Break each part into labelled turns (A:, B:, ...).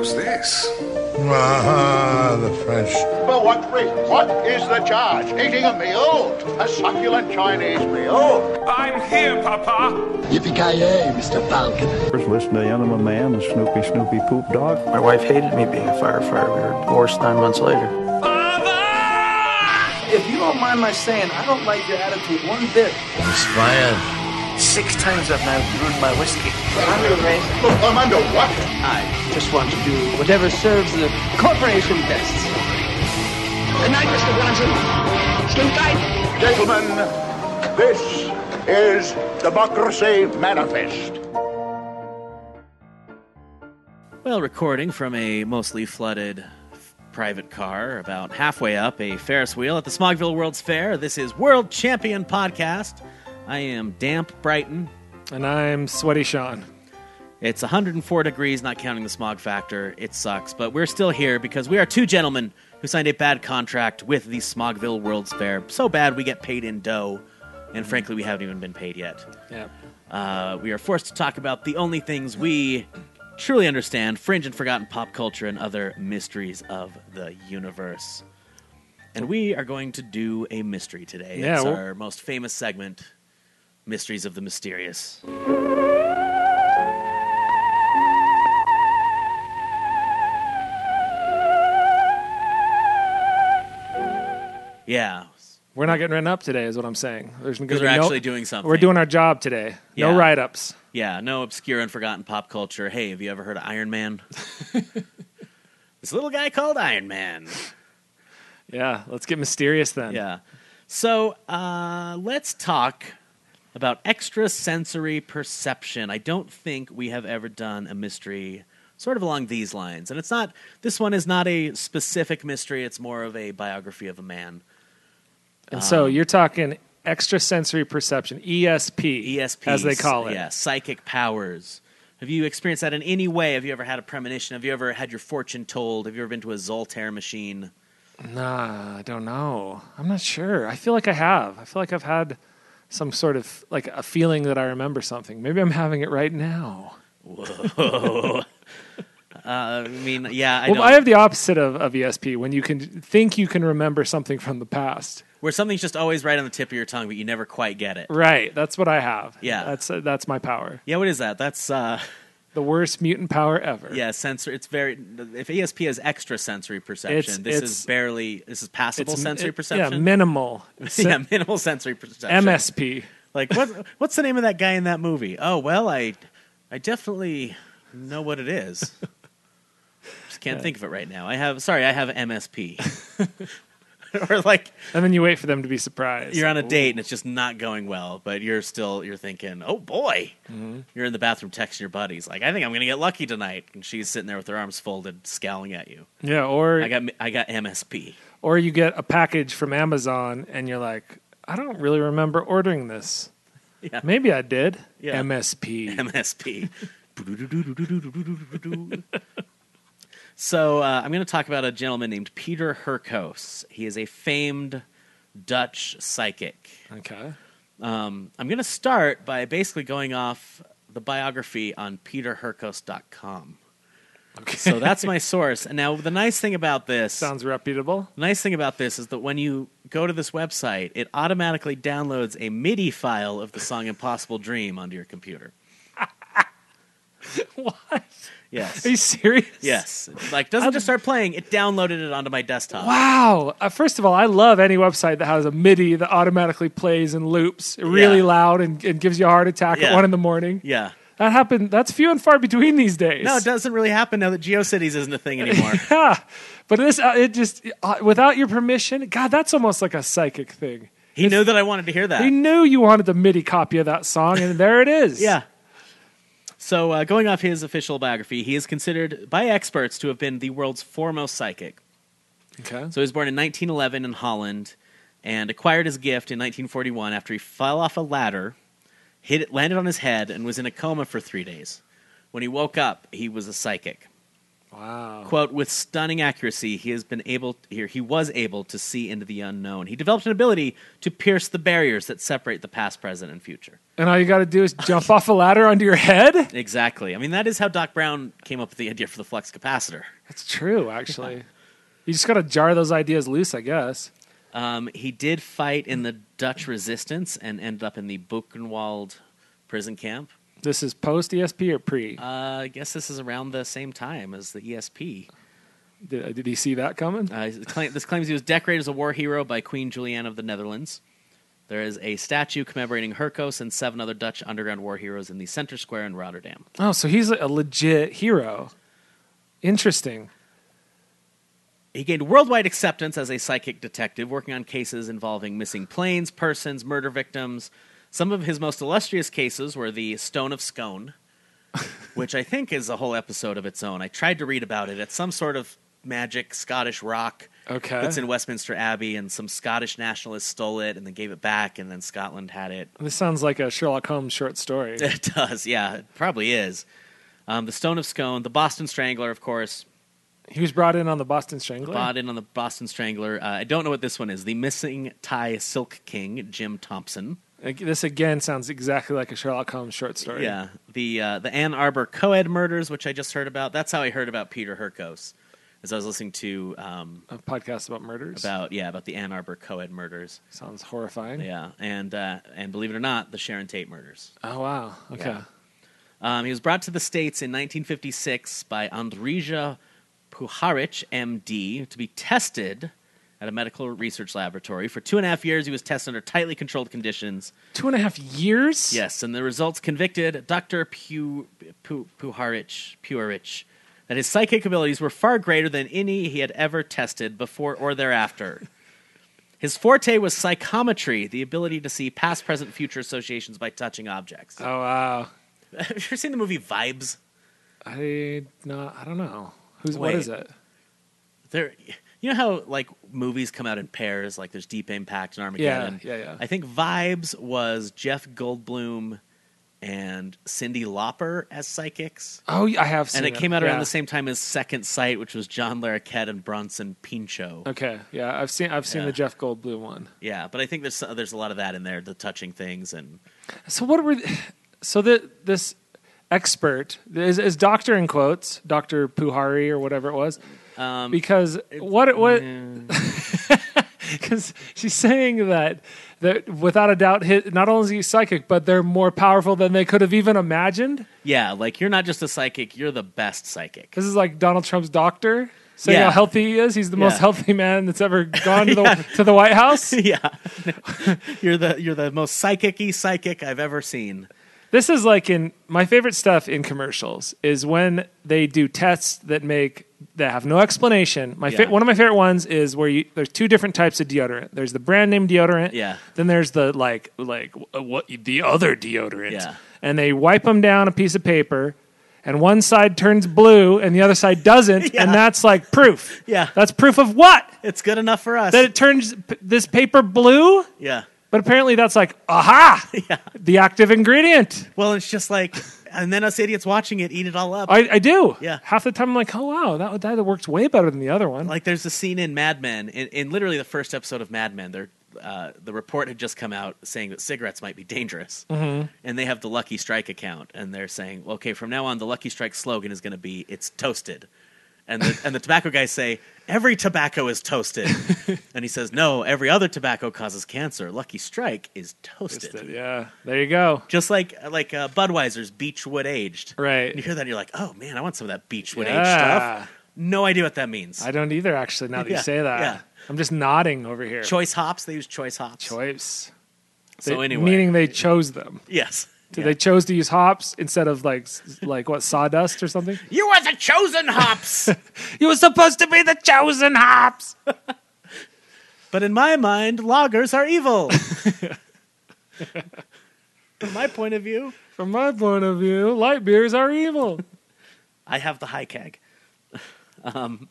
A: is this?
B: Ah, the French.
C: For what reason? What is the charge? Eating a meal? A succulent Chinese meal?
D: I'm here, Papa.
E: Yippee-ki-yay, Mr. Falcon.
F: First, listen to the Enema Man, the Snoopy Snoopy Poop Dog.
G: My wife hated me being a firefighter. We were divorced nine months later.
D: Father!
G: If you don't mind my saying, I don't like your attitude one bit.
B: Inspired.
G: Six times I've now ruined my whiskey.
C: I'm under arrest. I'm under what?
G: I just want to do whatever serves the corporation best.
E: Good night, Mr. Bronson. Sleep tight.
C: Gentlemen, this is Democracy Manifest.
H: Well, recording from a mostly flooded private car about halfway up a Ferris wheel at the Smogville World's Fair. This is World Champion Podcast. I am Damp Brighton.
I: And I'm Sweaty Sean.
H: It's 104 degrees, not counting the smog factor. It sucks, but we're still here because we are two gentlemen who signed a bad contract with the Smogville World's Fair. So bad we get paid in dough, and frankly, we haven't even been paid yet.
I: Yeah.
H: Uh, we are forced to talk about the only things we truly understand fringe and forgotten pop culture and other mysteries of the universe. And we are going to do a mystery today.
I: Yeah,
H: it's
I: well-
H: our most famous segment Mysteries of the Mysterious. Yeah.
I: We're not getting written up today, is what I'm saying. There's going to
H: Because
I: be
H: we're
I: no-
H: actually doing something.
I: We're doing our job today.
H: Yeah.
I: No write ups.
H: Yeah, no obscure and forgotten pop culture. Hey, have you ever heard of Iron Man? this little guy called Iron Man.
I: Yeah. Let's get mysterious then.
H: Yeah. So uh, let's talk about extrasensory perception. I don't think we have ever done a mystery sort of along these lines. And it's not, this one is not a specific mystery, it's more of a biography of a man. Um,
I: And so you're talking extrasensory perception, ESP,
H: ESP,
I: as they call it.
H: E Yeah, psychic powers. Have you experienced that in any way? Have you ever had a premonition? Have you ever had your fortune told? Have you ever been to a Zoltaire machine?
I: Nah, I don't know. I'm not sure. I feel like I have. I feel like I've had some sort of like a feeling that I remember something. Maybe I'm having it right now.
H: Whoa. uh, I mean, yeah, I
I: well,
H: know.
I: I have the opposite of, of ESP when you can think you can remember something from the past.
H: Where something's just always right on the tip of your tongue, but you never quite get it.
I: Right. That's what I have.
H: Yeah.
I: That's uh, that's my power.
H: Yeah, what is that? That's uh,
I: The worst mutant power ever.
H: yeah, sensory. It's very. If E ESP is extra sensory perception,
I: It's-
H: this
I: it's-
H: is barely. This is passable
I: It's-
H: sensory
I: it- Yeah,
H: perception.
I: minimal.
H: yeah, minimal sensory perception.
I: MSP.
H: Like what? What's the name of that guy in that movie? Oh well, I, I definitely know what it is. Just can't think of it right now. I have sorry, I have MSP. or like
I: And then you wait for them to be surprised.
H: you're on a date and it's just not going well, but you're still you're thinking, oh boy,
I: Mm-hmm.
H: you're in the bathroom texting your buddies like, I think I'm gonna get lucky tonight, and she's sitting there with her arms folded, scowling at you.
I: Yeah, or
H: I got I got MSP.
I: or you get a package from Amazon and you're like, I don't really remember ordering this.
H: Yeah.
I: Maybe I did.
H: Yeah.
I: MSP.
H: MSP. so uh, I'm going to talk about a gentleman named Peter Herkos. He is a famed Dutch psychic.
I: okay.
H: Um, I'm going to start by basically going off the biography on peterherkos.com.
I: Okay.
H: So that's my source. And now the nice thing about this
I: Sounds reputable.
H: the nice thing about this is that when you go to this website, it automatically downloads a MIDI file of the song Impossible Dream onto your computer.
I: what?
H: Yes.
I: Are you serious?
H: Yes. It, Like doesn't just start playing, it downloaded it onto my desktop.
I: Wow. Uh, first of all, I love any website that has a MIDI that automatically plays and loops really
H: Yeah.
I: loud and, and gives you a heart attack at
H: Yeah.
I: one in the morning.
H: Yeah.
I: That happened. That's few and far between these days.
H: No, it doesn't really happen now that GeoCities isn't a thing anymore.
I: Yeah, but this uh, it just uh, without your permission. God, that's almost like a psychic thing.
H: he knew that I wanted to hear that.
I: He knew you wanted the MIDI copy of that song, and there it is.
H: Yeah. So, uh, going off his official biography, he is considered by experts to have been the world's foremost psychic.
I: Okay.
H: So, he was born in 1911 in Holland and acquired his gift in 1941 after he fell off a ladder, hit it, landed on his head, and was in a coma for three days. When he woke up, he was a psychic.
I: Wow.
H: quote with stunning accuracy he has been able here he was able to see into the unknown he developed an ability to pierce the barriers that separate the past present and future
I: And all you got to do is jump off a ladder onto your head?
H: exactly i mean that is how doc brown came up with the idea for the flux capacitor
I: That's true, actually. You just got to jar those ideas loose, I guess.
H: um, he did fight in the dutch resistance and ended up in the buchenwald prison camp
I: This is post ESP or pre?
H: uh, i guess this is around the same time as the esp
I: Did, did he see that coming?
H: Uh, it claim- this claims he was decorated as a war hero by Queen Juliana of the Netherlands. There is a statue commemorating Herkos and seven other Dutch underground war heroes in the center square in Rotterdam.
I: Oh, so he's a legit hero. Interesting.
H: He gained worldwide acceptance as a psychic detective, working on cases involving missing planes, persons, murder victims. Some of his most illustrious cases were the Stone of Scone, which I think is a whole episode of its own. I tried to read about it. It's some sort of magic Scottish rock
I: Okay.
H: that's in Westminster Abbey, and some Scottish nationalists stole it and then gave it back, and then Scotland had it.
I: This sounds like a Sherlock Holmes short story.
H: It does, yeah, it probably is. Um, the Stone of Scone, the Boston Strangler, of course,
I: He was brought in on the Boston Strangler.
H: bought in on the Boston Strangler. Uh, I don't know what this one is. The Missing Thai Silk King, Jim Thompson.
I: Ag- This again sounds exactly like a Sherlock Holmes short story.
H: Yeah, the uh, the Ann Arbor co-ed murders, which I just heard about. That's how I heard about Peter Herkos, as I was listening to um,
I: A podcast about murders.
H: about yeah about the Ann Arbor co-ed murders.
I: sounds horrifying.
H: Yeah, and uh, and believe it or not, the Sharon Tate murders.
I: Oh wow. Okay.
H: Yeah. Um, he was brought to the States in 1956 by Andrija Puharich, MD, to be tested at a medical research laboratory. For two and a half years, he was tested under tightly controlled conditions.
I: Two and a half years.
H: Yes, and the results convicted Dr. Pu- Pu- Puharich, Puharich that his psychic abilities were far greater than any he had ever tested before or thereafter. His forte was psychometry, the ability to see past, present, future associations by touching objects.
I: Oh wow.
H: Have you ever seen the movie Vibes?
I: I not. I don't know. Who's
H: Wait.
I: what is it?
H: there you know how like movies come out in pairs like there's deep impact and armageddon
I: Yeah, yeah, yeah.
H: i think vibes was jeff goldblum and cindy lauper as psychics
I: Oh, I have seen.
H: and it came out around
I: Yeah.
H: the same time as second sight which was john larroquette and bronson pinchot
I: Okay. Yeah, I've seen. I've seen
H: Yeah.
I: the Jeff Goldblum one.
H: yeah but i think there's uh, there's a lot of that in there the touching things and
I: So what were? th- So that this expert is, is doctor in quotes, Doctor Puhari or whatever it was,
H: um,
I: because what what because she's saying that that without a doubt, his, not only is he psychic, but they're more powerful than they could have even imagined.
H: yeah like you're not just a psychic you're the best psychic
I: This is like Donald Trump's doctor saying
H: Yeah.
I: how healthy he is. He's the most
H: Yeah.
I: healthy man that's ever gone to the to the White House.
H: yeah you're the you're the most psychic-y psychic i've ever seen
I: This is like in my favorite stuff in commercials is when they do tests that make that have no explanation. My
H: Yeah.
I: fa- one of my favorite ones is where you there's two different types of deodorant. There's the brand name deodorant.
H: Yeah.
I: Then there's the like like uh, what the other deodorant.
H: Yeah.
I: And they wipe them down a piece of paper. And one side turns blue and the other side doesn't,
H: Yeah.
I: and that's like proof.
H: Yeah.
I: that's proof of what?
H: it's good enough for us
I: That it turns p- this paper blue.
H: yeah
I: But apparently, that's like aha, the active ingredient.
H: Well, it's just like, and then us idiots watching it eat it all up.
I: I, I do.
H: Yeah.
I: Half the time I'm like, oh wow, that that works way better than the other one.
H: like, there's a scene in Mad Men, in, in literally the first episode of Mad Men, there, uh, the report had just come out saying that cigarettes might be dangerous,
I: Mm-hmm.
H: and they have the Lucky Strike account, and they're saying, well, okay, from now on, the Lucky Strike slogan is going to be "It's toasted," and the, and the tobacco guys say, "Every tobacco is toasted," and he says, "No, every other tobacco causes cancer. Lucky Strike is toasted."
I: yeah. There you go.
H: Just like like uh, Budweiser's Beechwood aged,
I: Right.
H: And you hear that, and you're like, "Oh man, I want some of that Beechwood aged stuff."
I: Yeah.
H: No idea what that means.
I: I don't either actually. Now that
H: Yeah,
I: you say that,
H: yeah.
I: I'm just nodding over here.
H: choice hops. They use choice hops.
I: Choice.
H: So
I: They-
H: anyway,
I: meaning they chose them.
H: yes.
I: So They chose to use hops instead of like s- like what sawdust or something.
H: You are the chosen hops.
I: you were supposed to be the chosen hops.
H: but in my mind, loggers are evil. From my point of view,
I: From my point of view, light beers are evil.
H: I have the high keg. Um,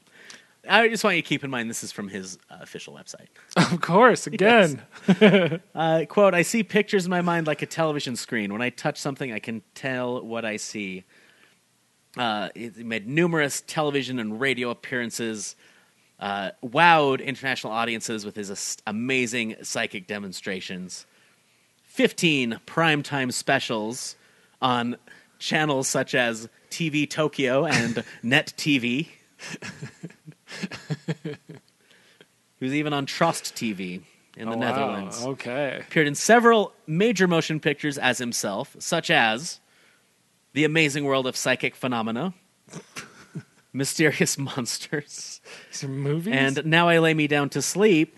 H: I just want you to keep in mind this is from his uh, official website.
I: of course, again.
H: Uh, quote, I see pictures in my mind like a television screen. When I touch something, I can tell what I see. Uh, he he made numerous television and radio appearances, uh, wowed international audiences with his as- amazing psychic demonstrations. 15 primetime specials on channels such as TV Tokyo and Net TV. he was even on Trust TV in the
I: Oh, wow.
H: Netherlands
I: Okay.
H: appeared in several major motion pictures as himself, such as The Amazing World of Psychic Phenomena, Mysterious Monsters,
I: These are movies.
H: and Now I Lay Me Down to Sleep,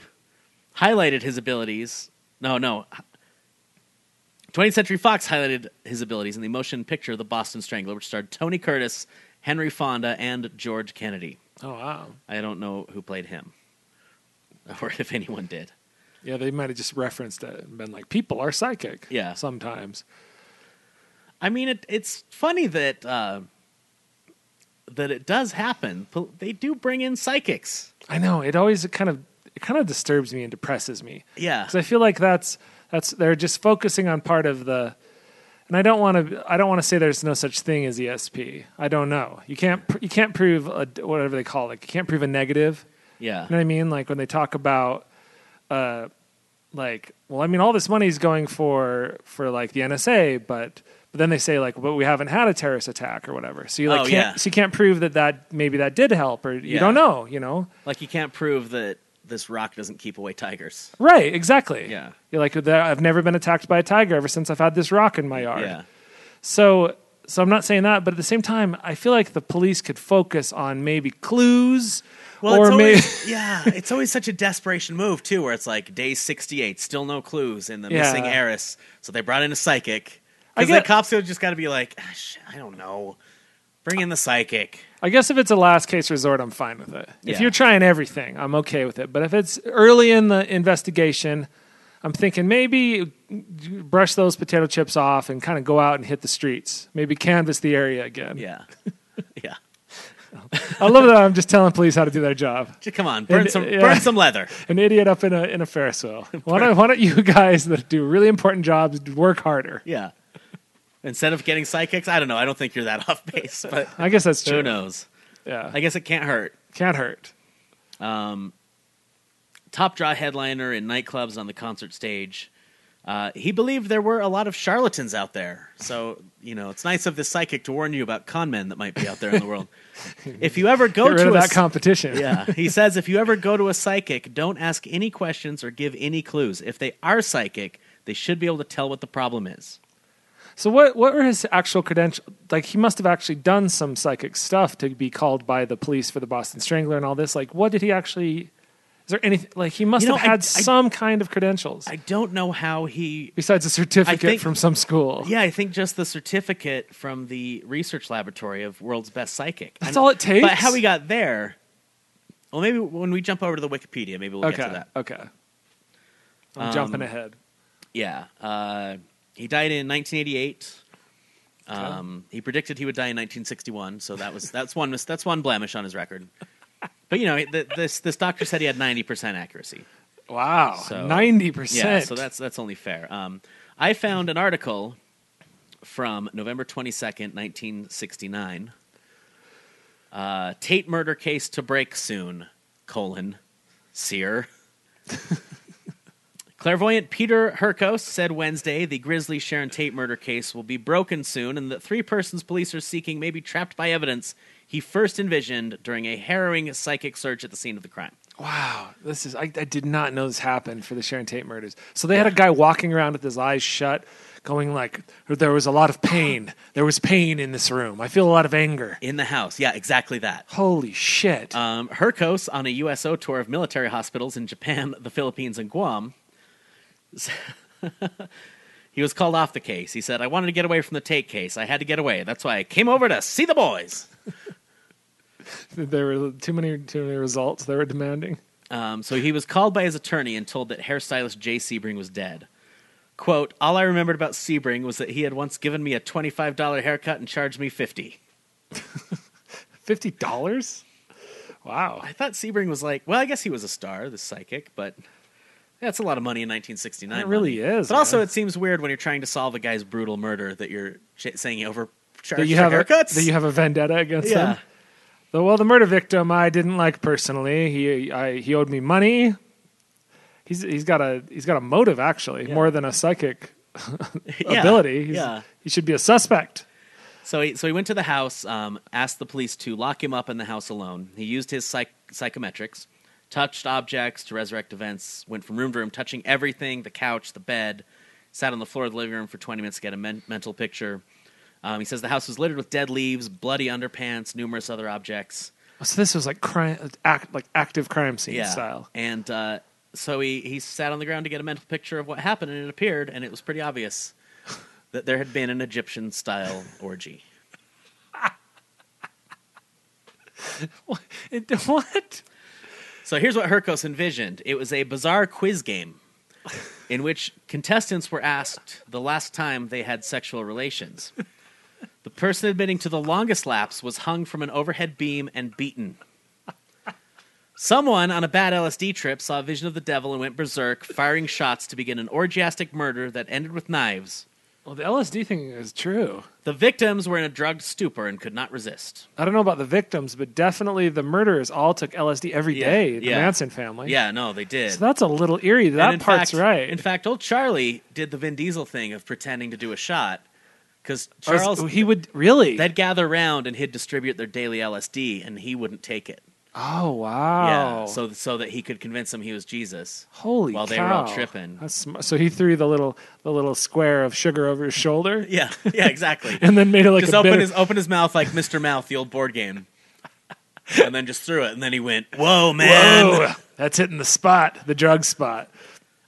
H: highlighted his abilities. No, no. 20th Century Fox highlighted his abilities in the motion picture The Boston Strangler, which starred Tony Curtis, Henry Fonda, and George Kennedy.
I: oh wow.
H: I don't know who played him or if anyone did.
I: Yeah, they might have just referenced it and been like, "People are psychic."
H: Yeah.
I: Sometimes.
H: I mean, it, it's funny that uh, that it does happen. Pol- They do bring in psychics.
I: I know. It always kind of it kind of disturbs me and depresses me.
H: Yeah,
I: because I feel like that's that's they're just focusing on part of the. And I don't want to. I don't want to say there's no such thing as ESP. I don't know. You can't. pr- You can't prove a, whatever they call it. You can't prove a negative.
H: yeah,
I: You know what I mean? Like when they talk about, uh, like, well, I mean, all this money is going for for like the NSA, but but then they say like, but we haven't had a terrorist attack or whatever. So you like
H: Oh,
I: can't
H: yeah.
I: so you can't prove that that maybe that did help or you
H: Yeah.
I: don't know. You know?
H: like you can't prove that this rock doesn't keep away tigers.
I: Right? Exactly.
H: Yeah.
I: You're like, "There- I've never been attacked by a tiger ever since I've had this rock in my yard.
H: Yeah,
I: So so I'm not saying that, but at the same time, I feel like the police could focus on maybe clues.
H: well,
I: or
H: it's
I: maybe
H: always, yeah, it's always such a desperation move too, where it's like day sixty-eight, still no clues, and the
I: Yeah.
H: missing heiress. So they brought in a psychic.
I: I
H: Because the
I: get-
H: cops have just got to be like, "Ah, shit, I don't know. Bring in the psychic.
I: I guess if it's a last case resort, I'm fine with it. If
H: Yeah.
I: you're trying everything, I'm okay with it. But if it's early in the investigation, I'm thinking maybe brush those potato chips off and kind of go out and hit the streets. Maybe canvass the area again.
H: Yeah, yeah.
I: I love that I'm just telling police how to do their job.
H: Just Come on, burn
I: And,
H: some,
I: yeah.
H: burn some leather.
I: An idiot up in a in a Ferris wheel. Why don't, why don't you guys that do really important jobs work harder?
H: Yeah. Instead of getting psychics, I don't know. I don't think you're that off base, but
I: I guess that's true.
H: who knows?
I: Yeah,
H: I guess it can't hurt.
I: can't hurt.
H: Top draw headliner in nightclubs on the concert stage. Uh, he believed there were a lot of charlatans out there. So, you know, it's nice of this psychic to warn you about con men that might be out there in the world. If you ever go
I: Get rid
H: to
I: of
H: a
I: that
H: s-
I: competition.
H: yeah, he says if you ever go to a psychic, don't ask any questions or give any clues. If they are psychic, they should be able to tell what the problem is.
I: So what what were his actual credentials? Like he must have actually done some psychic stuff to be called by the police for the Boston Strangler and all this. Like what did he actually? Is there anything like he must
H: You know,
I: have had
H: I- I-
I: some kind of credentials
H: I don't know how he
I: besides a certificate
H: think-
I: from some school?
H: Yeah, I think just the certificate from the research laboratory of world's best psychic.
I: That's
H: And-
I: all it takes?
H: But how we got there? Well, maybe when we jump over to the Wikipedia, maybe we'll get
I: okay.
H: to that. Um,
I: Okay. I'm jumping ahead.
H: Yeah, uh, he died in 1988. Um, He predicted he would die in 1961, so that was that's one mis- that's one blemish on his record. But you know, th this this doctor said he had 90 percent accuracy.
I: Wow.
H: So-
I: Ninety
H: Yeah,
I: percent.
H: so that's that's only fair. Um, I found an article from November twenty second, nineteen sixty nine. Uh, Tate murder case to break soon: colon Sear. Clairvoyant Peter Herkos said Wednesday the grisly Sharon Tate murder case will be broken soon, and that three persons police are seeking may be trapped by evidence he first envisioned during a harrowing psychic search at the scene of the crime.
I: wow. This is I, I did not know this happened for the Sharon Tate murders. So they had a guy walking around with his eyes shut. Going like, there was a lot of pain. There was pain in this room. I feel a lot of anger.
H: In the house, yeah, exactly that.
I: Holy shit.
H: Um, Herkos, on a USO tour of military hospitals in Japan, the Philippines, and Guam, he was called off the case. He said, I wanted to get away from the Tate case. I had to get away. That's why I came over to see the boys.
I: there were too many too many results they were demanding.
H: Um, so he was called by his attorney and told that hairstylist Jay Sebring was dead. Quote, All I remembered about Sebring was that he had once given me a $25 haircut and charged me 50
I: Fifty dollars? Wow.
H: I thought Sebring was like, well, I guess he was a star, the psychic, but that's a lot of money in 1969.
I: It really
H: money.
I: is,
H: But also,
I: man.
H: it seems weird when you're trying to solve a guy's brutal murder that you're ch- saying he over charge
I: that you
H: for
I: have
H: haircuts.
I: A, that you have a vendetta against
H: yeah.
I: them. The, well, the murder victim I didn't like personally. He I, he owed me money. He's he's got a he's got a motive actually more than a psychic
H: Yeah,
I: ability. He's-
H: yeah.
I: he should be a suspect.
H: So he so he went to the house, um, asked the police to lock him up in the house alone. He used his psych- psychometrics, touched objects to resurrect events. Went from room to room, touching everything: the couch, the bed. Sat on the floor of the living room for 20 minutes to get a men- mental picture. Um, he says the house was littered with dead leaves, bloody underpants, numerous other objects.
I: Oh, So this was like crime, act, like active crime scene style.
H: And uh, so he, he sat on the ground to get a mental picture of what happened, and it appeared, and it was pretty obvious that there had been an Egyptian style orgy.
I: It- what?
H: So here's what Herkos envisioned it was a bizarre quiz game in which contestants were asked the last time they had sexual relations. The person admitting to the longest lapse was hung from an overhead beam and beaten. Someone on a bad LSD trip saw a vision of the devil and went berserk, firing shots to begin an orgiastic murder that ended with knives.
I: Well, the LSD thing is true.
H: The victims were in a drugged stupor and could not resist.
I: I don't know about the victims, but definitely the murderers all took LSD every
H: Yeah,
I: day. The
H: yeah.
I: Manson family.
H: Yeah, no, they did.
I: So that's a little eerie. That
H: And in
I: part's
H: fact-
I: right.
H: In fact, old Charlie did the Vin Diesel thing of pretending to do a shot because
I: Or is-
H: Charles
I: Oh, he would really.
H: they'd gather around and he'd distribute their daily LSD and he wouldn't take it.
I: oh wow!
H: Yeah, so so that he could convince them he was Jesus.
I: holy
H: while
I: cow.
H: they were all tripping.
I: That's sm- so he threw the little the little square of sugar over his shoulder,
H: Yeah, yeah, exactly.
I: and then made it like
H: just
I: a
H: open
I: bitter-
H: his open his mouth like Mr. Mouth, the old board game, and then just threw it. And then he went, "Whoa, man!
I: Whoa, that's hitting the spot, the drug spot.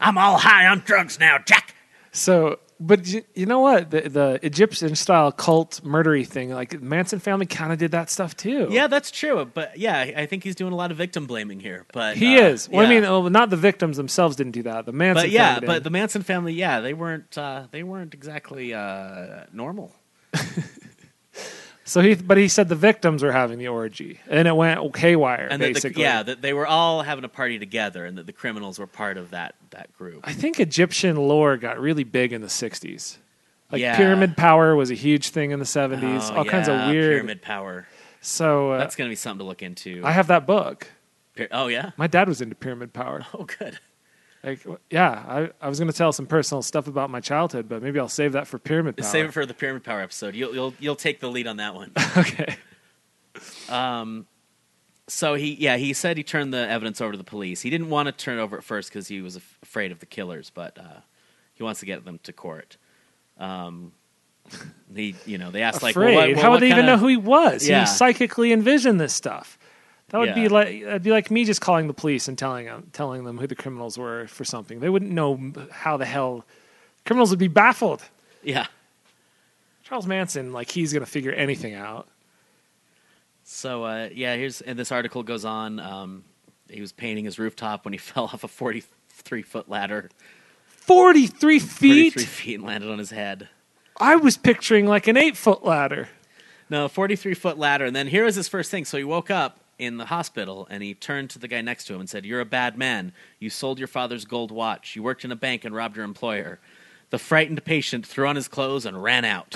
H: I'm all high on drugs now, Jack."
I: So, but you, you know what? The, the Egyptian style cult murdery thing, like the Manson family, kind of did that stuff too.
H: Yeah, that's true. But yeah, I I think he's doing a lot of victim blaming here. But
I: he
H: uh,
I: is. Well, I
H: yeah.
I: mean, oh, not the victims themselves didn't do that. The Manson,
H: but yeah,
I: family
H: but
I: did.
H: the Manson family, yeah, they weren't uh, they weren't exactly uh, normal.
I: so he, but he said the victims were having the orgy, and it went haywire.
H: And that the,
I: basically,
H: yeah, that they were all having a party together, and that the criminals were part of that that group.
I: I think Egyptian lore got really big in the '60s. Like
H: Yeah.
I: pyramid power was a huge thing in the '70s.
H: Oh,
I: all kinds
H: yeah,
I: of weird.
H: pyramid power.
I: So uh,
H: That's gonna be something to look into.
I: I have that book.
H: Pyr- oh yeah.
I: My dad was into pyramid power.
H: Oh good.
I: Like, w- yeah, I, I was going to tell some personal stuff about my childhood, but maybe I'll save that for pyramid power.
H: Save it for the pyramid power episode. You'll you'll you'll take the lead on that one.
I: okay.
H: So he, yeah, he said he turned the evidence over to the police. He didn't want to turn it over at first because he was af- afraid of the killers, but uh, he wants to get them to court. Um, he, you know, they asked like, well,
I: Afraid.
H: what- well,
I: How
H: what
I: would they even
H: kinda-
I: know who he was?
H: Yeah.
I: He psychically envisioned this stuff. That would
H: Yeah.
I: be like that'd be like me just calling the police and telling them telling them who the criminals were for something. They wouldn't know m- how the hell criminals would be baffled.
H: Yeah.
I: Charles Manson, like he's going to figure anything out.
H: So uh, yeah, here's and this article goes on. Um, he was painting his rooftop when he fell off a 43 foot ladder,
I: Forty three feet.
H: 33 feet, and landed on his head.
I: I was picturing like an eight foot ladder.
H: No, 43 foot ladder. And then here was his first thing. So he woke up in the hospital and he turned to the guy next to him and said, You're a bad man. You sold your father's gold watch. You worked in a bank and robbed your employer. The frightened patient threw on his clothes and ran out.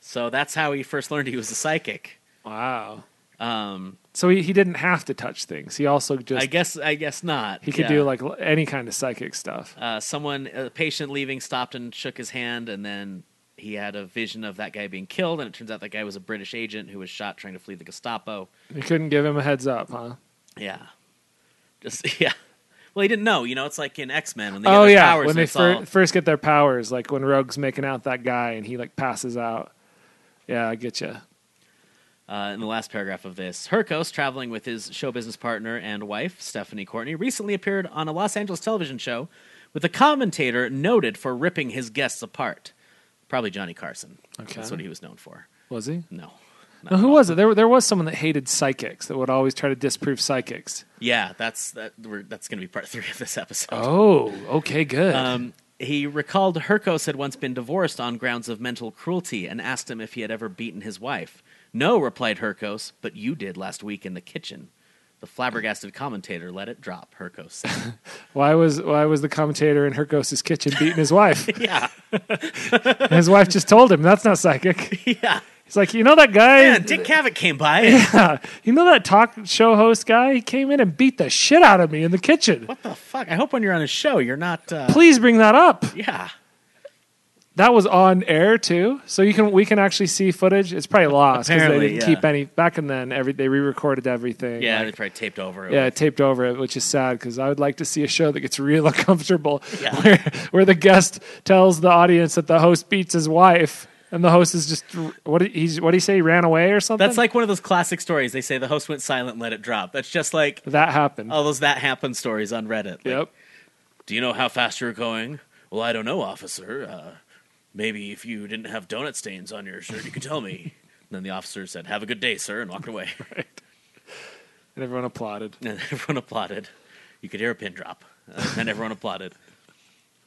H: so that's how he first learned he was a psychic.
I: Wow. Um. So he, he didn't have to touch things. He also just
H: I guess I guess not.
I: He could
H: Yeah.
I: do like l- any kind of psychic stuff.
H: uh, someone a patient leaving stopped and shook his hand and then he had a vision of that guy being killed and it turns out that guy was a British agent who was shot trying to flee the Gestapo.
I: You couldn't give him a heads up, huh?
H: Yeah. Just yeah. Well, he didn't know. You know, it's like in X Men when they get
I: Oh
H: their
I: yeah,
H: powers.
I: when
H: and
I: they
H: it's
I: fir-
H: all-
I: first get their powers, like when Rogue's making out that guy and he like passes out. Yeah, I get you.
H: uh, in the last paragraph of this, Herkos, traveling with his show business partner and wife Stephanie Courtney, recently appeared on a Los Angeles television show with a commentator noted for ripping his guests apart. Probably Johnny Carson.
I: Okay.
H: That's what he was known for.
I: Was he?
H: No.
I: No, who was it? There, there was someone that hated psychics that would always try to disprove psychics.
H: Yeah, that's that. We're, that's going to be part three of this episode.
I: Oh, okay, good.
H: Um, he recalled Herkos had once been divorced on grounds of mental cruelty and asked him if he had ever beaten his wife. No, replied Herkos, but you did last week in the kitchen. The flabbergasted commentator let it drop, Herco said.
I: Why was why was the commentator in Hercos's kitchen beating his wife?
H: yeah.
I: And his wife just told him that's not psychic.
H: Yeah.
I: He's like, you know that guy,
H: Yeah, Dick Cavett came by.
I: you know that talk show host guy. He came in and beat the shit out of me in the kitchen.
H: What the fuck? I hope when you're on a show, you're not. Uh,
I: Please bring that up.
H: yeah.
I: That was on air too, so you can we can actually see footage. It's probably lost because they
H: Apparently,
I: didn't
H: yeah.
I: keep any back and then. Every they re-recorded everything.
H: Yeah,
I: like-
H: they probably taped over it.
I: yeah, taped over it, which is sad because I would like to see a show that gets real uncomfortable,
H: Yeah.
I: where, where the guest tells the audience that the host beats his wife, and the host is just what did he what did he say? He ran away or something?
H: That's like one of those classic stories. They say the host went silent and let it drop. That's just like
I: that happened.
H: all those that happened stories on Reddit. Oh, Like,
I: yep.
H: Do you know how fast you're going? Well, I don't know, officer. Uh, maybe if you didn't have donut stains on your shirt, you could tell me. and then the officer said, "Have a good day, sir," and walked away.
I: And everyone applauded.
H: and everyone applauded. You could hear a pin drop, uh, and everyone applauded.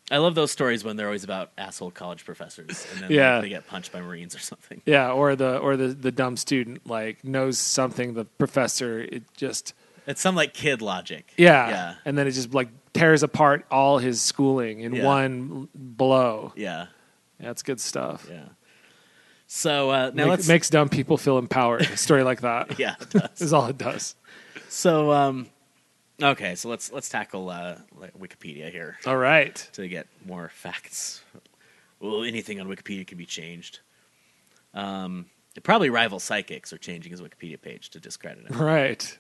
H: I love those stories when they're always about asshole college professors, and then like,
I: Yeah.
H: they get punched by Marines or something.
I: Yeah, or the or the the dumb student like knows something. The professor it just
H: It's some like kid logic.
I: yeah,
H: yeah,
I: and then it just like tears apart all his schooling in
H: Yeah.
I: one blow.
H: yeah.
I: That's good stuff.
H: yeah. So uh, now
I: Make-
H: let's
I: makes dumb people feel empowered. A story like that
H: yeah. it does.
I: is all it does.
H: So um, okay, so let's let's tackle uh, like Wikipedia here
I: All right.
H: to get more facts. Well, anything on Wikipedia can be changed. Um, it probably rival psychics are changing his Wikipedia page to discredit him.
I: Right.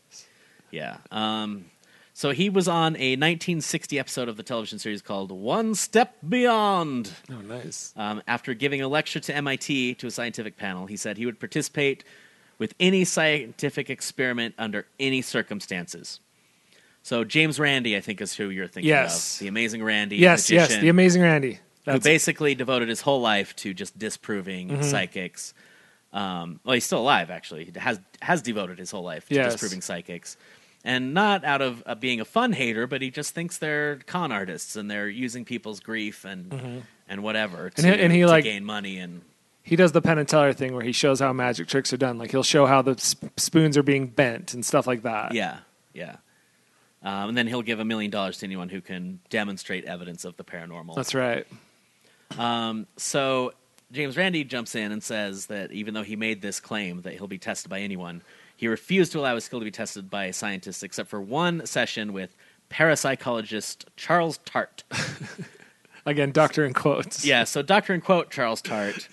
H: Yeah. Um, so he was on a 1960 episode of the television series called One Step Beyond.
I: Oh, nice.
H: Um, after giving a lecture to MIT to a scientific panel, he said he would participate with any scientific experiment under any circumstances. So James Randi, I think, is who you're thinking
I: Yes.
H: of. The amazing Randy.
I: Yes, yes.
H: magician,
I: The Amazing Randy.
H: who
I: That's Mm-hmm.
H: basically devoted his whole life to just disproving psychics. Um, well, he's still alive, actually. He has has devoted his whole life to
I: Yes.
H: disproving psychics, and not out of uh, being a fun hater, but he just thinks they're con artists and they're using people's grief and and whatever to,
I: he- Mm-hmm. and he,
H: to
I: like-
H: gain money and
I: he does the Penn and Teller thing where he shows how magic tricks are done. Like he'll show how the sp- spoons are being bent and stuff like that.
H: yeah, yeah. Um, and then he'll give a million dollars to anyone who can demonstrate evidence of the paranormal.
I: That's right.
H: So James Randi jumps in and says that even though he made this claim that he'll be tested by anyone, he refused to allow his skill to be tested by scientists except for one session with parapsychologist Charles Tart.
I: Again, doctor in quotes.
H: Yeah, so doctor in quote Charles Tart,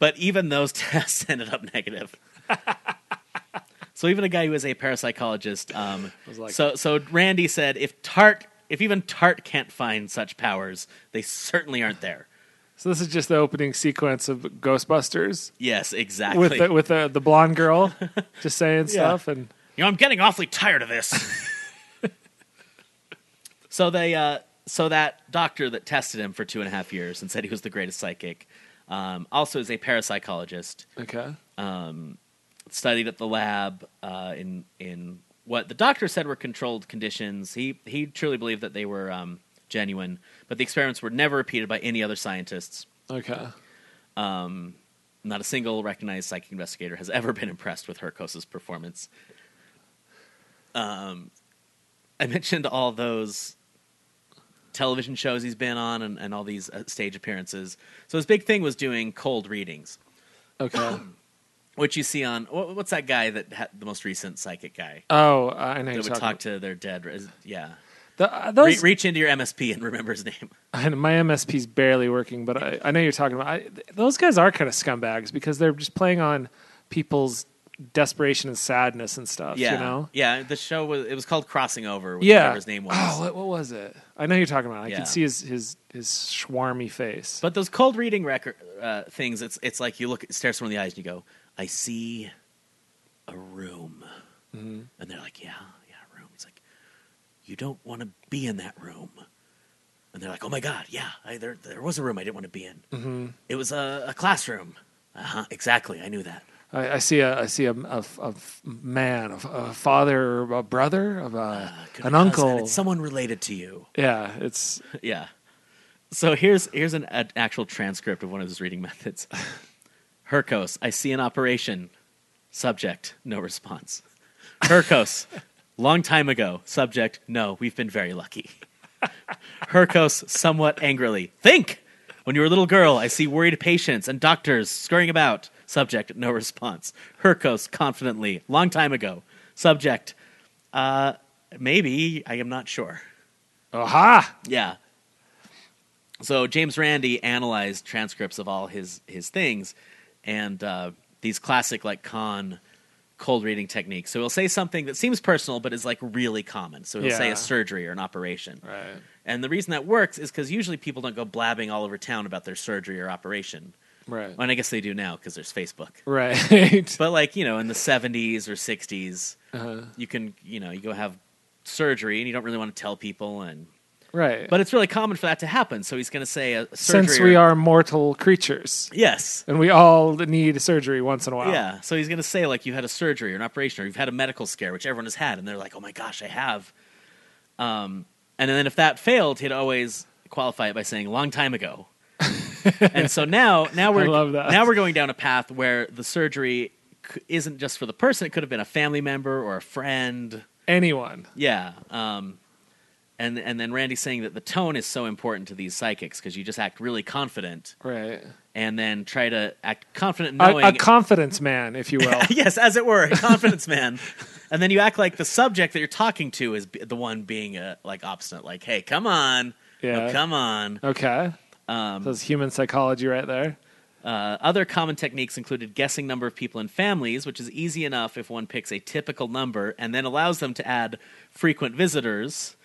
H: but even those tests ended up negative. so even a guy who is a parapsychologist, um,
I: like-
H: so so Randy said if Tart, if even Tart can't find such powers, they certainly aren't there.
I: So this is just the opening sequence of Ghostbusters
H: Yes, exactly.
I: with the, with the, the blonde girl just saying stuff and
H: You know, I'm getting awfully tired of this. so they, uh, so that doctor that tested him for two and a half years and said he was the greatest psychic, um, also is a parapsychologist. Um,
I: okay.
H: Studied at the lab uh, in in what the doctor said were controlled conditions. He he truly believed that they were um, genuine, but the experiments were never repeated by any other scientists.
I: Okay.
H: Not a single recognized psychic investigator has ever been impressed with Herkos's performance. Um, I mentioned all those television shows he's been on and, and all these uh, stage appearances. So his big thing was doing cold readings,
I: Okay.
H: which you see on what, what's that guy that had the most recent psychic guy
I: Oh, I know.
H: that
I: you're
H: would
I: talking
H: talk to their dead. res- Yeah,
I: The, uh,
H: Re-
I: those,
H: reach into your MSP and remember his name.
I: and my MSP's barely working, but I, I know you're talking about I, th- those guys are kind of scumbags because they're just playing on people's desperation and sadness and stuff.
H: Yeah,
I: you know.
H: yeah. The show was it was called Crossing Over. With
I: Yeah.
H: whatever his name was.
I: Oh, what, what was it? I know you're talking about. I
H: Yeah.
I: can see his his his swarmy face.
H: But those cold reading record uh, things, it's it's like you look stare someone in the eyes and you go, "I see a room,"
I: Mm-hmm.
H: and they're like, "Yeah, yeah, a room." He's like, "You don't want to be in that room," and they're like, "Oh my god, yeah, I, there there was a room I didn't want to be in.
I: Mm-hmm.
H: It was a, a classroom. Uh-huh, exactly, I knew that.
I: I, I see a I see a, a f- a f- man, a, f- a father, or a brother, of a,
H: Could
I: an
H: be Ah, cousin,
I: uncle.
H: it's someone related to you."
I: yeah, it's
H: yeah. So here's here's an, an actual transcript of one of his reading methods. Herkos, I see an operation. Subject, no response. Herkos, Long time ago. Subject, no, we've been very lucky. Herkos, somewhat angrily, think! When you were a little girl, I see worried patients and doctors scurrying about. Subject, no response. Herkos, confidently, long time ago. Subject, uh, maybe, I am not sure.
I: Aha!
H: Yeah. So James Randi analyzed transcripts of all his his things, and uh, these classic like con cold reading techniques. So he'll say something that seems personal, but is like really common. So he'll say
I: Yeah.
H: a surgery or an operation,
I: Right.
H: and the reason that works is because usually people don't go blabbing all over town about their surgery or operation.
I: Right.
H: Well, and I guess they do now because there's Facebook.
I: Right.
H: But like you know, in the '70s or '60s,
I: Uh-huh.
H: you can you know you go have surgery and you don't really want to tell people and
I: right.
H: but it's really common for that to happen. So he's going to say a surgery.
I: Since we
H: or-
I: are mortal creatures
H: Yes.
I: and we all need surgery once in a while.
H: Yeah. So he's going to say, like, you had a surgery or an operation or you've had a medical scare, which everyone has had. And they're like, oh my gosh, I have. Um, and then if that failed, he'd always qualify it by saying, long time ago. and so now, now we're
I: love that.
H: now we're going down a path where the surgery c- isn't just for the person; it could have been a family member or a friend.
I: Anyone.
H: Yeah. Um, and and then Randy's saying that the tone is so important to these psychics because you just act really confident
I: Right.
H: and then try to act confident
I: A,
H: knowing
I: a confidence man, if you will.
H: yes as it were a confidence man and then you act like the subject that you're talking to is b- the one being uh, like obstinate like hey come on
I: Yeah. Uh,
H: Oh, come on
I: okay. Um, so it's human psychology right there.
H: uh, other common techniques included guessing number of people and families which is easy enough if one picks a typical number and then allows them to add frequent visitors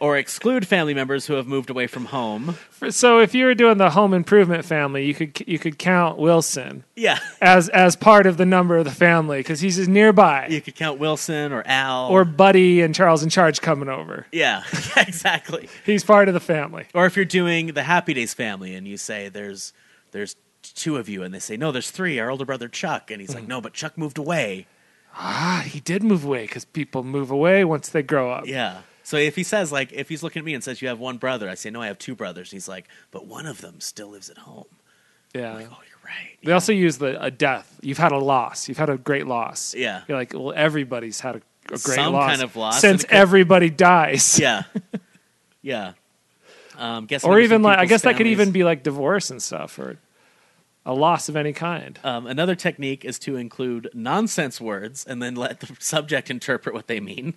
H: or exclude family members who have moved away from home
I: For- So if you were doing the home improvement family, you could you could count Wilson
H: yeah
I: as as part of the number of the family because he's just nearby.
H: you could count wilson or al
I: or Buddy and Charles in charge coming over.
H: yeah exactly
I: He's part of the family.
H: or if you're doing the Happy Days family and you say there's there's two of you and they say no there's three our older brother Chuck and he's
I: Mm-hmm.
H: like no but Chuck moved away
I: Ah, he did move away because people move away once they grow up.
H: yeah so if he says like if he's looking at me and says you have one brother I say no I have two brothers he's like but one of them still lives at home
I: Yeah.
H: oh you're right
I: They also use the a death. You've had a loss. You've had a great loss.
H: Yeah.
I: You're like, well, everybody's had a, a great
H: Some
I: loss.
H: kind of loss, and
I: Since
H: it could-
I: everybody dies.
H: yeah yeah um, guess
I: Or even like, I guess that could even be like divorce and stuff or a loss of any kind.
H: um, another technique is to include nonsense words and then let the subject interpret what they mean.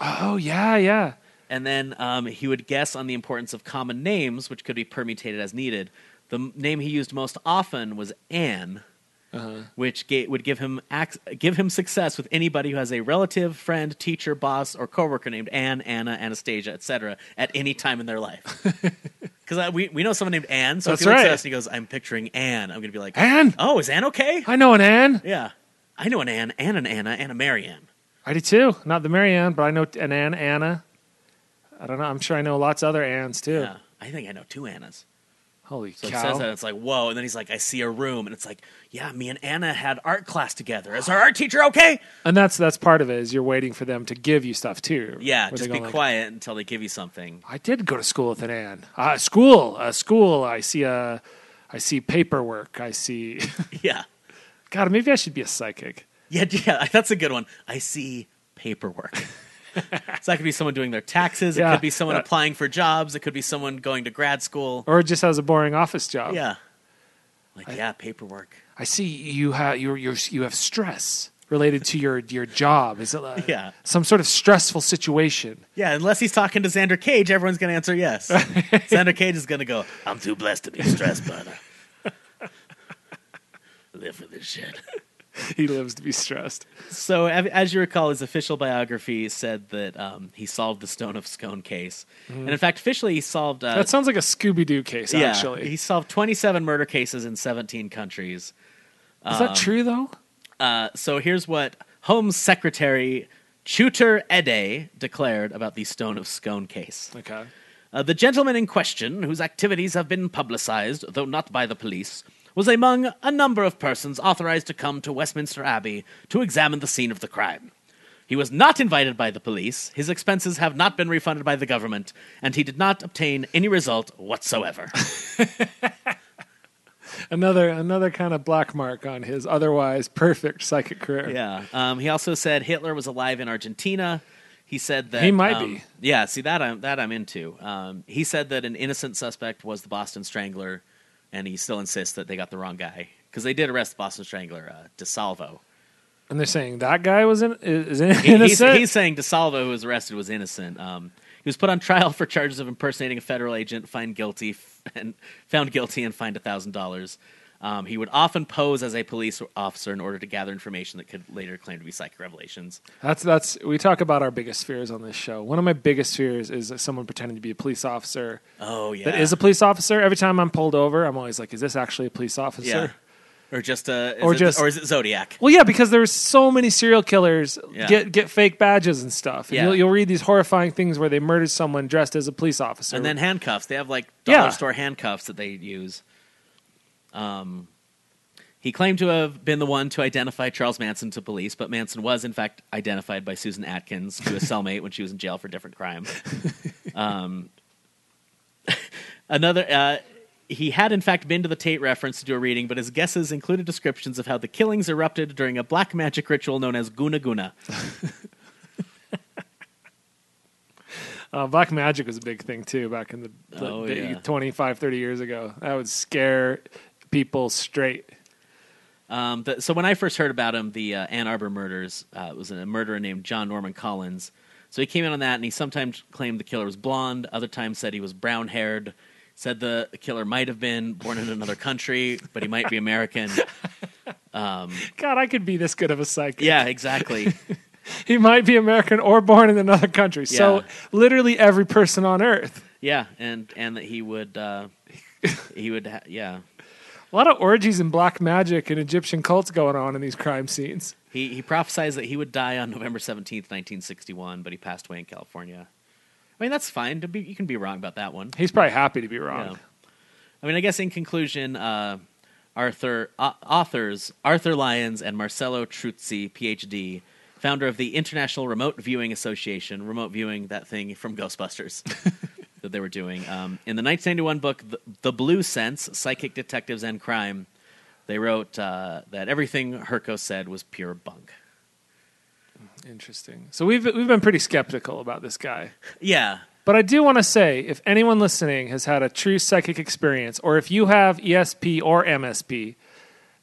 I: Oh, yeah, yeah.
H: and then um, he would guess on the importance of common names, which could be permutated as needed. The m- name he used most often was Anne,
I: Uh-huh.
H: which ga- would give him ac- give him success with anybody who has a relative, friend, teacher, boss, or coworker named Anne, Anna, Anastasia, etc. At any time in their life. Because we, we know someone named Anne, so
I: That's
H: if he looks
I: right.
H: at us and he goes, "I'm picturing Anne," I'm going to be like,
I: Anne?
H: Oh, is Anne okay?
I: I know an Anne.
H: yeah, I know an Anne, and an Anna, and a Marianne.
I: I do too. Not the Marianne, but I know an Anne, Anna. I don't know. I'm sure I know lots of other Anns too.
H: Yeah, I think I know two Annas.
I: Holy
H: So he
I: cow.
H: says that it's like whoa, and then he's like, "I see a room," and it's like, "Yeah, me and Anna had art class together. Is our art teacher okay?"
I: And that's that's part of it is you're waiting for them to give you stuff too.
H: Yeah,
I: Where they
H: just
I: go
H: be
I: like,
H: quiet until they give you something.
I: I did go to school with an Ann. Uh, school, uh, school. I see uh, I see paperwork. I see.
H: Yeah,
I: God, maybe I should be a psychic.
H: yeah, yeah. That's a good one. I see paperwork. so that could be someone doing their taxes. It
I: Yeah.
H: could be someone
I: Uh,
H: applying for jobs. It could be someone going to grad school.
I: Or just has a boring office job.
H: Yeah, like yeah, paperwork.
I: I see you have you you you have stress related to your your job. Is it uh,
H: Yeah.
I: some sort of stressful situation?
H: Yeah, unless he's talking to Xander Cage, everyone's going to answer yes. Xander Cage is going to go, I'm too blessed to be stressed by that. Live for this shit.
I: He lives to be stressed.
H: So, av- as you recall, his official biography said that um, he solved the Stone of Scone case. And in fact, officially, he solved. Uh,
I: That sounds like a Scooby Doo case.
H: yeah,
I: actually,
H: He solved 27 murder cases in 17
I: is
H: countries. um,
I: that true though?
H: Uh, so, here's what Home Secretary Chuter Ede declared about the Stone of Scone case.
I: Okay.
H: Uh, the gentleman in question, whose activities have been publicized, though not by the police, was among a number of persons authorized to come to Westminster Abbey to examine the scene of the crime. He was not invited by the police, his expenses have not been refunded by the government, and he did not obtain any result whatsoever.
I: another another kind of black mark on his otherwise perfect psychic career.
H: Yeah. Um, he also said Hitler was alive in Argentina. He said that
I: He might
H: um,
I: be.
H: Yeah. See that I'm that I'm into. Um, he said that an innocent suspect was the Boston Strangler, and he still insists that they got the wrong guy because they did arrest the Boston Strangler, uh, DeSalvo.
I: And they're saying that guy was in, is in,
H: He- he's,
I: innocent.
H: he's saying DeSalvo, who was arrested, was innocent. Um, he was put on trial for charges of impersonating a federal agent, found guilty, f- and found guilty and fined thousand dollars. Um, he would often pose as a police officer in order to gather information that could later claim to be psychic revelations.
I: That's that's we talk about our biggest fears on this show. One of my biggest fears is that someone pretending to be a police officer
H: Oh yeah,
I: that is a police officer. Every time I'm pulled over, I'm always like, "Is this actually a police officer?"
H: yeah, or just a is
I: Or
H: it-
I: just-
H: or is it Zodiac?
I: Well, yeah, because there's so many serial killers
H: Yeah.
I: get get fake badges and stuff. And
H: Yeah.
I: You'll, you'll read these horrifying things where they murdered someone dressed as a police officer.
H: And then handcuffs. They have like
I: Yeah.
H: dollar store handcuffs that they use. Um, he claimed to have been the one to identify Charles Manson to police, but Manson was in fact identified by Susan Atkins to a cellmate when she was in jail for a different crime. Um, another. Uh, he had in fact been to the Tate reference to do a reading, but his guesses included descriptions of how the killings erupted during a black magic ritual known as Guna Guna.
I: uh, black magic was a big thing too back in the, the,
H: Oh,
I: the
H: yeah.
I: 25, 30 years ago. That would scare people straight.
H: Um, the, so when I first heard about him, the uh, Ann Arbor murders uh, it was a murderer named John Norman Collins. So he came in on that, and he sometimes claimed the killer was blonde, other times said he was brown haired. Said the killer might have been born in another country, but he might be American.
I: God, I could be this good of a psychic.
H: Yeah, exactly.
I: He might be American or born in another country. So
H: Yeah.
I: literally every person on earth.
H: Yeah, and and that he would uh, he would ha- yeah
I: A lot of orgies and black magic and Egyptian cults going on in these crime scenes.
H: he he prophesies that he would die on November seventeenth, nineteen sixty one, but he passed away in California. I mean that's fine. To be, you can be wrong about that one.
I: He's probably happy to be wrong.
H: Yeah. I mean, I guess in conclusion, uh, Arthur uh, authors Arthur Lyons and Marcello Truzzi, PhD, founder of the International Remote Viewing Association, remote viewing that thing from Ghostbusters that they were doing um, in the 1991 book the, the Blue Sense: Psychic Detectives and Crime. They wrote uh, that everything Herko said was pure bunk.
I: Interesting. So we've we've been pretty skeptical about this guy.
H: Yeah,
I: But I do want to say if anyone listening has had a true psychic experience or if you have ESP or MSP,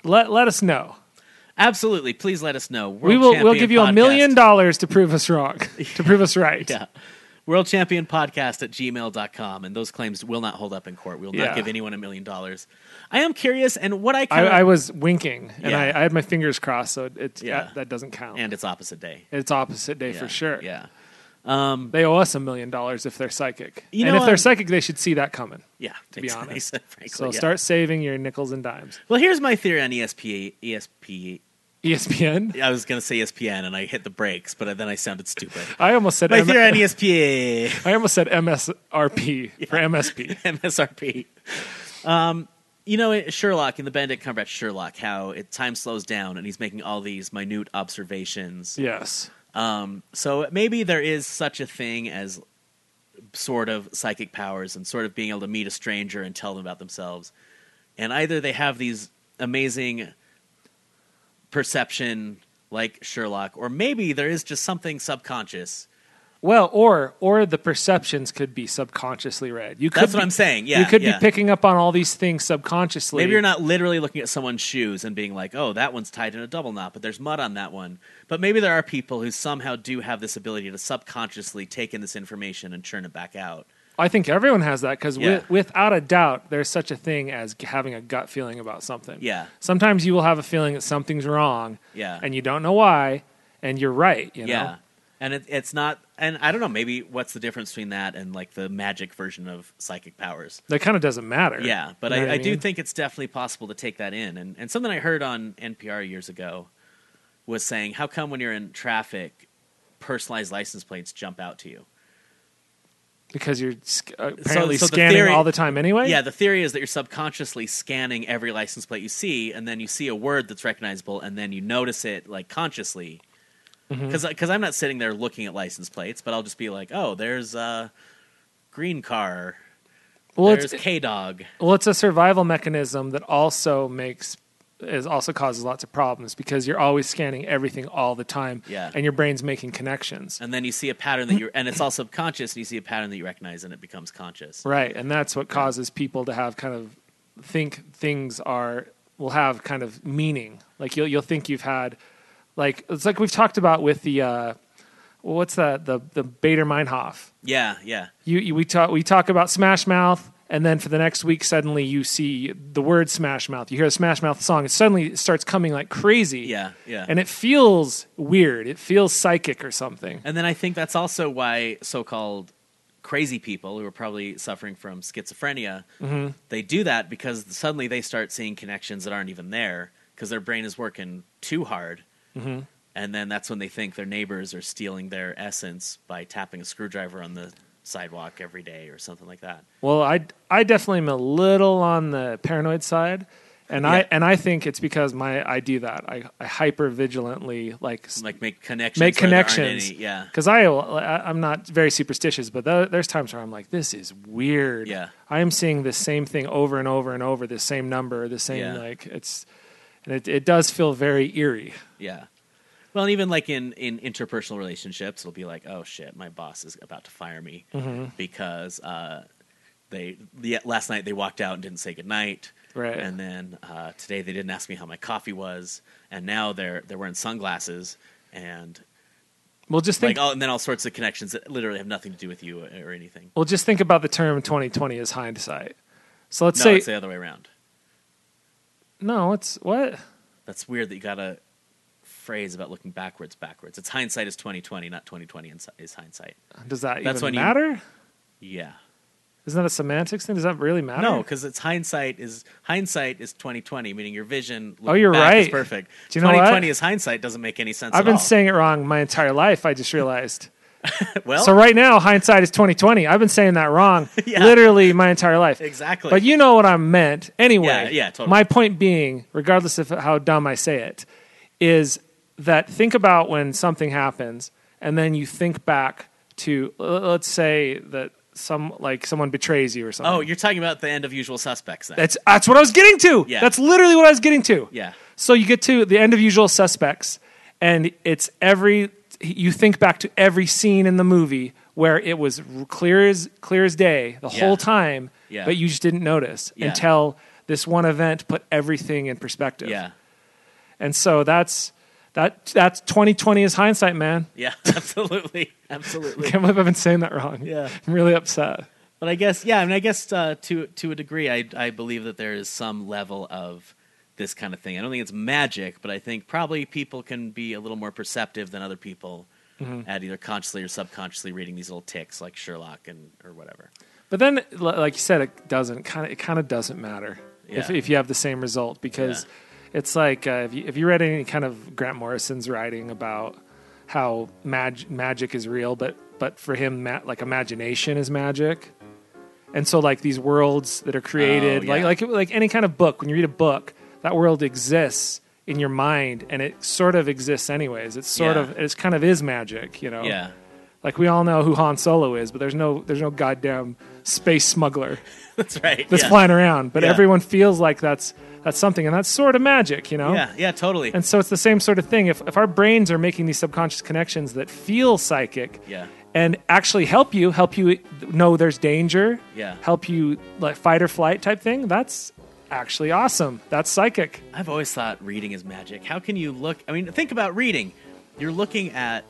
I: let let us know.
H: absolutely. Please let us know.
I: we
H: World
I: will we'll
H: Champion
I: give you a million
H: Podcast.
I: dollars to prove us wrong, to prove us right.
H: Yeah. World Champion Podcast at gmail.com. And those claims will not hold up in court. We will
I: Yeah.
H: not give anyone a million dollars. I am curious, and what I
I: I,
H: kind of.
I: I was winking and
H: Yeah.
I: I, I had my fingers crossed, so it, it-
H: Yeah.
I: that, that doesn't count.
H: and it's opposite day.
I: it's opposite day
H: Yeah,
I: for sure.
H: Yeah.
I: They owe us a million dollars if they're psychic.
H: You
I: and
H: know,
I: if they're
H: um,
I: psychic, they should see that coming.
H: Yeah.
I: To be honest,
H: Frankly,
I: so
H: yeah.
I: start saving your nickels and dimes. E
H: Well, here's my theory on E ESP. ESP.
I: ESPN.
H: I was going to say E ESPN, and I hit the brakes, but then I sounded stupid.
I: I almost said
H: My
I: M-
H: theory on E ESP.
I: I almost said MSRP for MSP.
H: MSRP. Um, you know, it- Sherlock in the Benedict Cumberbatch Sherlock, how it, time slows down and he's making all these minute observations.
I: Yes.
H: Um, so maybe there is such a thing as sort of psychic powers and sort of being able to meet a stranger and tell them about themselves. And either they have these amazing perception like Sherlock, or maybe there is just something subconscious.
I: Well, or or the perceptions could be subconsciously read. You could
H: That's
I: be-
H: what I'm saying. Yeah,
I: you could
H: yeah.
I: be picking up on all these things subconsciously.
H: Maybe you're not literally looking at someone's shoes and being like, "Oh, that one's tied in a double knot, but there's mud on that one." But maybe there are people who somehow do have this ability to subconsciously take in this information and churn it back out.
I: I think everyone has that because
H: Yeah.
I: without a doubt, there's such a thing as g- having a gut feeling about something.
H: Yeah.
I: Sometimes you will have a feeling that something's wrong.
H: Yeah.
I: And you don't know why, and you're right. You
H: yeah
I: Know?
H: and it, it's not and i don't know maybe what's the difference between that and like the magic version of psychic powers
I: That kind of doesn't matter.
H: yeah but
I: You know
H: I,
I: what
H: I, do
I: mean?
H: think it's definitely possible to take that in and, and something i heard on npr years ago was saying how come when you're in traffic personalized license plates jump out to you
I: because you're sc- uh, apparently
H: so the
I: scanning
H: theory-
I: all the time anyway.
H: yeah the theory is that you're subconsciously scanning every license plate you see and then you see a word that's recognizable and then you notice it like consciously
I: Mm-hmm.
H: because i'm not sitting there looking at license plates but i'll just be like oh there's a green car
I: Well,
H: There's
I: it's
H: K Dog.
I: well, it's a survival mechanism that also makes is also causes lots of problems because you're always scanning everything all the time,
H: Yeah.
I: and your brain's making connections,
H: And then you see a pattern that you're, and it's all subconscious, and you see a pattern that you recognize, and it becomes conscious.
I: right? And that's what causes people to have kind of think things are will have kind of meaning. Like you'll you'll think you've had like it's like we've talked about with the uh, what's that the the Bader Meinhof.
H: Yeah, yeah.
I: you, you we talk we talk about Smash Mouth, and then for the next week, suddenly you see the word Smash Mouth. You hear a Smash Mouth song, and suddenly it starts coming like crazy.
H: Yeah, yeah.
I: And it feels weird. It feels psychic or something.
H: And then I think that's also why so-called crazy people who are probably suffering from schizophrenia,
I: Mm-hmm.
H: they do that because suddenly they start seeing connections that aren't even there because their brain is working too hard.
I: Mm-hmm.
H: And then that's when they think their neighbors are stealing their essence by tapping a screwdriver on the sidewalk every day or something like that.
I: Well, I I definitely am a little on the paranoid side. And I
H: Yeah.
I: and I think it's because my I do that. I, I hyper vigilantly like s-
H: Like make connections.
I: make
H: where there aren't
I: connections.
H: any- Yeah.
I: Because I, I- I'm not very superstitious, but th- there's times where I'm like, this is weird.
H: Yeah.
I: I am seeing the same thing over and over and over, the same number, the same,
H: Yeah.
I: like, it's, and it, it does feel very eerie.
H: Yeah. Well, and even like in, in interpersonal relationships, it'll be like, oh shit, my boss is about to fire me
I: Mm-hmm.
H: because uh, they yeah, last night they walked out and didn't say goodnight.
I: Right.
H: And then uh, today they didn't ask me how my coffee was, and now they're they're wearing sunglasses and
I: Well, just think,
H: like oh. all, and then all sorts of connections that literally have nothing to do with you or, or anything.
I: well, just think about the term 2020 is hindsight. So let's
H: No,
I: say,
H: it's the other way around.
I: no, it's what?
H: That's weird that you got a phrase about looking backwards, backwards. It's hindsight is twenty twenty, not twenty twenty is hindsight.
I: Does that
H: That's
I: even
H: when you-
I: matter?
H: Yeah.
I: Isn't that a semantics thing? Does that really matter?
H: No, because it's hindsight is hindsight is twenty twenty, meaning your vision.
I: Oh, you're
H: looking back Is
I: right.
H: perfect.
I: Do you know
H: twenty
I: what?
H: twenty is hindsight doesn't make any sense.
I: I've
H: at
I: been
H: all.
I: saying it wrong my entire life. I just realized.
H: well,
I: So right now, hindsight is twenty twenty. I've been saying that wrong
H: Yeah.
I: literally my entire life.
H: Exactly.
I: But you know what I meant anyway.
H: Yeah, yeah, totally.
I: My point being, regardless of how dumb I say it, is that think about when something happens, and then you think back to l- let's say that some like someone betrays you or something.
H: oh, you're talking about the end of Usual Suspects. Then.
I: that's that's what I was getting to.
H: Yeah.
I: That's literally what I was getting to.
H: yeah,
I: So you get to the end of Usual Suspects, and it's every you think back to every scene in the movie where it was r- clear as clear as day the
H: Yeah.
I: whole time,
H: Yeah.
I: but you just didn't notice
H: Yeah.
I: until this one event put everything in perspective.
H: yeah,
I: And so that's that that's 2020 is hindsight, man.
H: yeah. Absolutely, absolutely.
I: Can't believe I've been saying that wrong.
H: Yeah.
I: I'm really upset.
H: But I guess yeah. I mean, I guess uh, to to a degree, I I believe that there is some level of this kind of thing. I don't think it's magic, but I think probably people can be a little more perceptive than other people
I: Mm-hmm.
H: at either consciously or subconsciously reading these little ticks like Sherlock and or whatever.
I: But then, li- like you said, it doesn't kind of it kind of doesn't matter if
H: Yeah.
I: if you have the same result because it's like uh, if you if you read any kind of Grant Morrison's writing about how mag- magic is real, but but for him, ma- like imagination is magic, and so like these worlds that are created,
H: Oh,
I: like
H: yeah.
I: like like any kind of book. When you read a book, that world exists in your mind, and it sort of exists anyways. It's sort
H: Yeah.
I: of it's kind of is magic, you know.
H: Yeah.
I: Like we all know who Han Solo is, but there's no there's no goddamn space smuggler
H: That's right.
I: that's
H: yeah.
I: flying around. But
H: Yeah.
I: everyone feels like that's that's something, and that's sort of magic, you know.
H: Yeah, yeah, totally.
I: Oh. And so it's the same sort of thing. If if our brains are making these subconscious connections that feel psychic,
H: Yeah.
I: and actually help you help you know there's danger,
H: Yeah.
I: help you like fight or flight type thing. That's actually awesome. That's psychic.
H: I've always thought reading is magic. How can you look? I mean, think about reading. You're looking at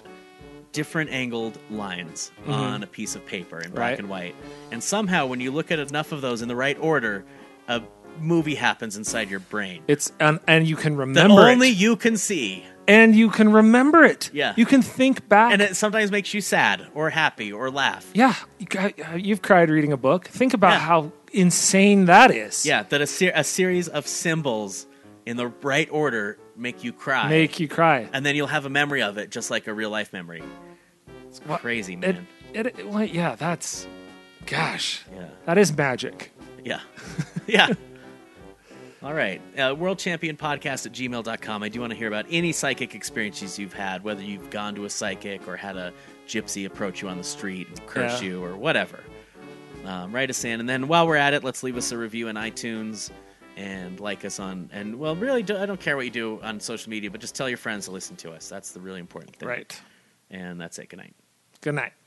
H: different angled lines on a piece of paper in black
I: Mm-hmm. Right.
H: and white. And somehow, when you look at enough of those in the right order, a movie happens inside your brain
I: It's and, and you can
H: that
I: remember
H: only
I: it,
H: you can see.
I: and you can remember it.
H: Yeah.
I: you can think back
H: And it sometimes makes you sad or happy or laugh.
I: Yeah, you, cri- uh, you've cried reading a book. Think about
H: Yeah.
I: how insane that is.
H: Yeah, that a, ser- a series of symbols in the right order make you cry.
I: make you cry.
H: and then you'll have a memory of it, just like a real life memory. It's
I: What-
H: crazy,
I: It,
H: Oh, man.
I: it, it- well, yeah, that's, gosh,
H: Yeah.
I: that is magic.
H: Yeah. yeah. All right. Uh, World Champion Podcast at gmail.com. I do want to hear about any psychic experiences you've had, whether you've gone to a psychic or had a gypsy approach you on the street and curse
I: Yeah.
H: you or whatever. Uh, Um, write us in, and then while we're at it, let's leave us a review in iTunes and like us on. And well, really, do, I don't care what you do on social media, but just tell your friends to listen to us. That's the really important thing.
I: Right.
H: And that's it. Good night.
I: Good night.